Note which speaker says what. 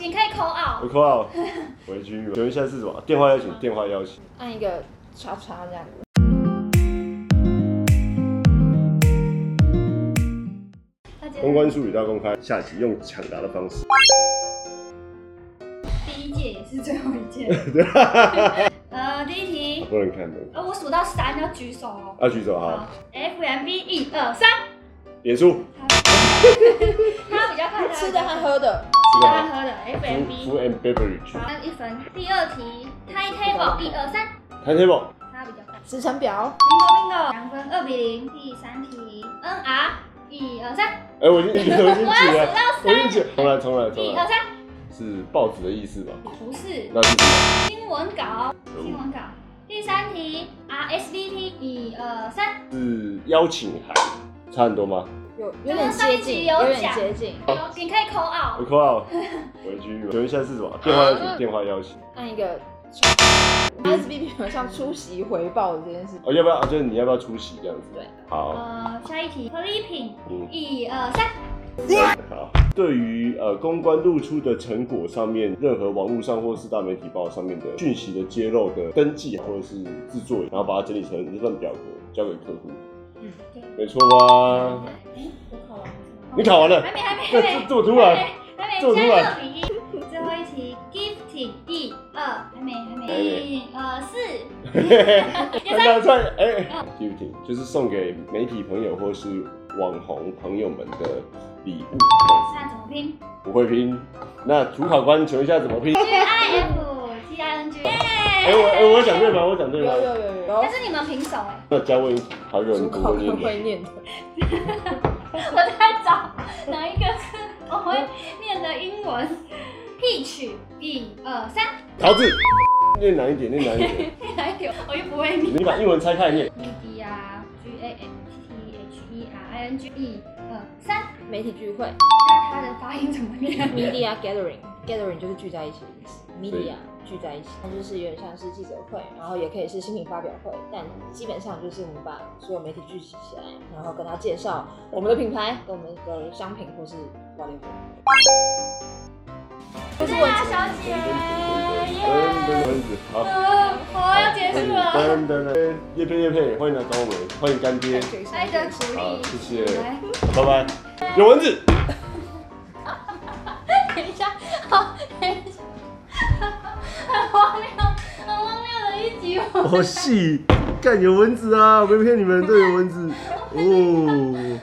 Speaker 1: 你可以口耳
Speaker 2: 我，扣号， 回去。请问现在是什么？电话邀请，电话邀请。
Speaker 3: 按一个叉叉这样子。
Speaker 1: 大家
Speaker 2: 公关术语大公开，下集用抢答的方式。
Speaker 1: 第一届也是最后一届。呃，第一题，
Speaker 2: 不能看的，
Speaker 1: 呃，我数到三要举手哦。
Speaker 2: 要举手哈。
Speaker 1: ，F M B 一二三，
Speaker 2: 脸书，
Speaker 1: 他比较快，
Speaker 3: 吃的和喝的，
Speaker 1: 吃
Speaker 2: 吃
Speaker 1: 的
Speaker 2: 的
Speaker 1: 和
Speaker 2: 和
Speaker 1: 喝的 F M B。
Speaker 2: food and beverage，
Speaker 1: 好，一分。第二题，Time Table 一二三，
Speaker 2: 台 table，
Speaker 1: 他比较快。
Speaker 3: 时程表，
Speaker 1: bingo bingo，两分二比零。第三题，N R 一二三，
Speaker 2: 哎，我已经我已经举了， 我已经举，重来重来重
Speaker 1: 一二
Speaker 2: 来，
Speaker 1: 三，
Speaker 2: 是报纸的意思吧？
Speaker 1: 不是
Speaker 2: 那是什么
Speaker 1: 新闻稿，新闻稿。第三题，R S V P 一二三，
Speaker 2: 是邀请函，差很多吗？
Speaker 3: 有有点接近，
Speaker 1: 刚刚上一集有
Speaker 3: 有点
Speaker 1: 讲
Speaker 3: 接近，
Speaker 1: 你可以口耳
Speaker 2: 我。扣 号，回去。请问现在是什么？电话邀请，电话邀请。
Speaker 3: 按一个叉叉。SBP 好像出席回报的这件事，
Speaker 2: 哦，要不要？就是你要不要出席这样子？
Speaker 3: 对。
Speaker 2: 好，
Speaker 1: 呃，下一题，Flipping
Speaker 2: 嗯，
Speaker 1: 一二三，
Speaker 2: 好。对于呃公关露出的成果上面，任何网络上或是大媒体报上面的讯息的揭露的登记或者是制作，然后把它整理成一份表格交给客户，
Speaker 1: 嗯，对。
Speaker 2: 没错吧？
Speaker 1: 哎，我考完了。
Speaker 2: 你考完了
Speaker 1: 还没，还没，还
Speaker 2: 这
Speaker 1: 没
Speaker 2: 这，这么突然，
Speaker 1: 还没，
Speaker 2: 这么突
Speaker 1: 现在
Speaker 2: 然
Speaker 1: 六比一。最后一题，Gifting 一二，还没，还
Speaker 2: 还没
Speaker 1: 没，一二四，
Speaker 2: 看到在哎 g i f t i 就是送给媒体朋友或是网红朋友们的礼物，
Speaker 1: 那怎么拼
Speaker 2: 不会拼。那主考官，请问一下怎么拼？
Speaker 1: ？G I F T I N G。
Speaker 2: 哎、我哎、我讲对吗？我讲对
Speaker 3: 有
Speaker 2: 吗？
Speaker 3: 有有有
Speaker 1: 但
Speaker 3: 有，
Speaker 1: 是你们平手哎，
Speaker 2: 那加问还有
Speaker 3: 主
Speaker 2: 人不
Speaker 3: 考
Speaker 2: 会
Speaker 3: 官
Speaker 2: 念的，
Speaker 3: 会念的，
Speaker 1: 我在找哪一个是我会念的英文？Peach 一二三，
Speaker 2: 桃子，念难一点，念难一点。
Speaker 1: 哪一条？我又不会念。
Speaker 2: 你把英文拆开来念，
Speaker 1: E D R G A F T H E R I N G E 二三，
Speaker 3: 媒体聚会
Speaker 1: 那它的发音怎么念？
Speaker 3: ，media gathering，gathering 啊就是聚在一起的意思
Speaker 2: 对
Speaker 3: ，media 聚在一起，它就是有点像是记者会，然后也可以是新品发表会，但基本上就是我们把所有媒体聚集起来，然后跟他介绍我们的品牌、跟我们的商品或是 whatever。
Speaker 1: 我是大小姐，耶！
Speaker 2: 噔噔噔，好，
Speaker 1: 呃，好，要结束了，
Speaker 2: 噔噔噔，叶佩叶佩，欢迎来找我们，欢迎干爹，
Speaker 1: 爱的鼓
Speaker 2: 好，谢
Speaker 1: 励。
Speaker 2: 谢，
Speaker 1: 来，
Speaker 2: 拜拜。有蚊子，
Speaker 1: 等一下，好，等一下， 很荒谬，很荒谬的一集，我
Speaker 2: 好细，干有蚊子啊！我没骗你们，这有蚊子哦。